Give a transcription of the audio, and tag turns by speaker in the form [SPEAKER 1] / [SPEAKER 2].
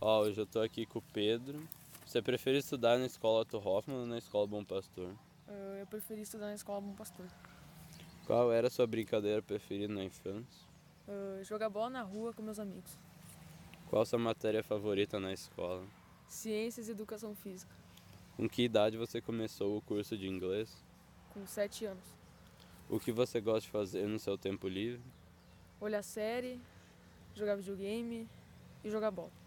[SPEAKER 1] Ó, hoje eu tô aqui com o Pedro. Você prefere estudar na escola Otto Hoffman ou na escola Bom Pastor?
[SPEAKER 2] Ah, Eu preferi estudar na escola Bom Pastor.
[SPEAKER 1] Qual era a sua brincadeira preferida na infância?
[SPEAKER 2] Ah, jogar bola na rua com meus amigos.
[SPEAKER 1] Qual sua matéria favorita na escola?
[SPEAKER 2] Ciências e Educação Física,
[SPEAKER 1] Com que idade você começou o curso de inglês?
[SPEAKER 2] com 7 anos.
[SPEAKER 1] O que você gosta de fazer no seu tempo livre?
[SPEAKER 2] Olhar série, jogar videogame e jogar bola.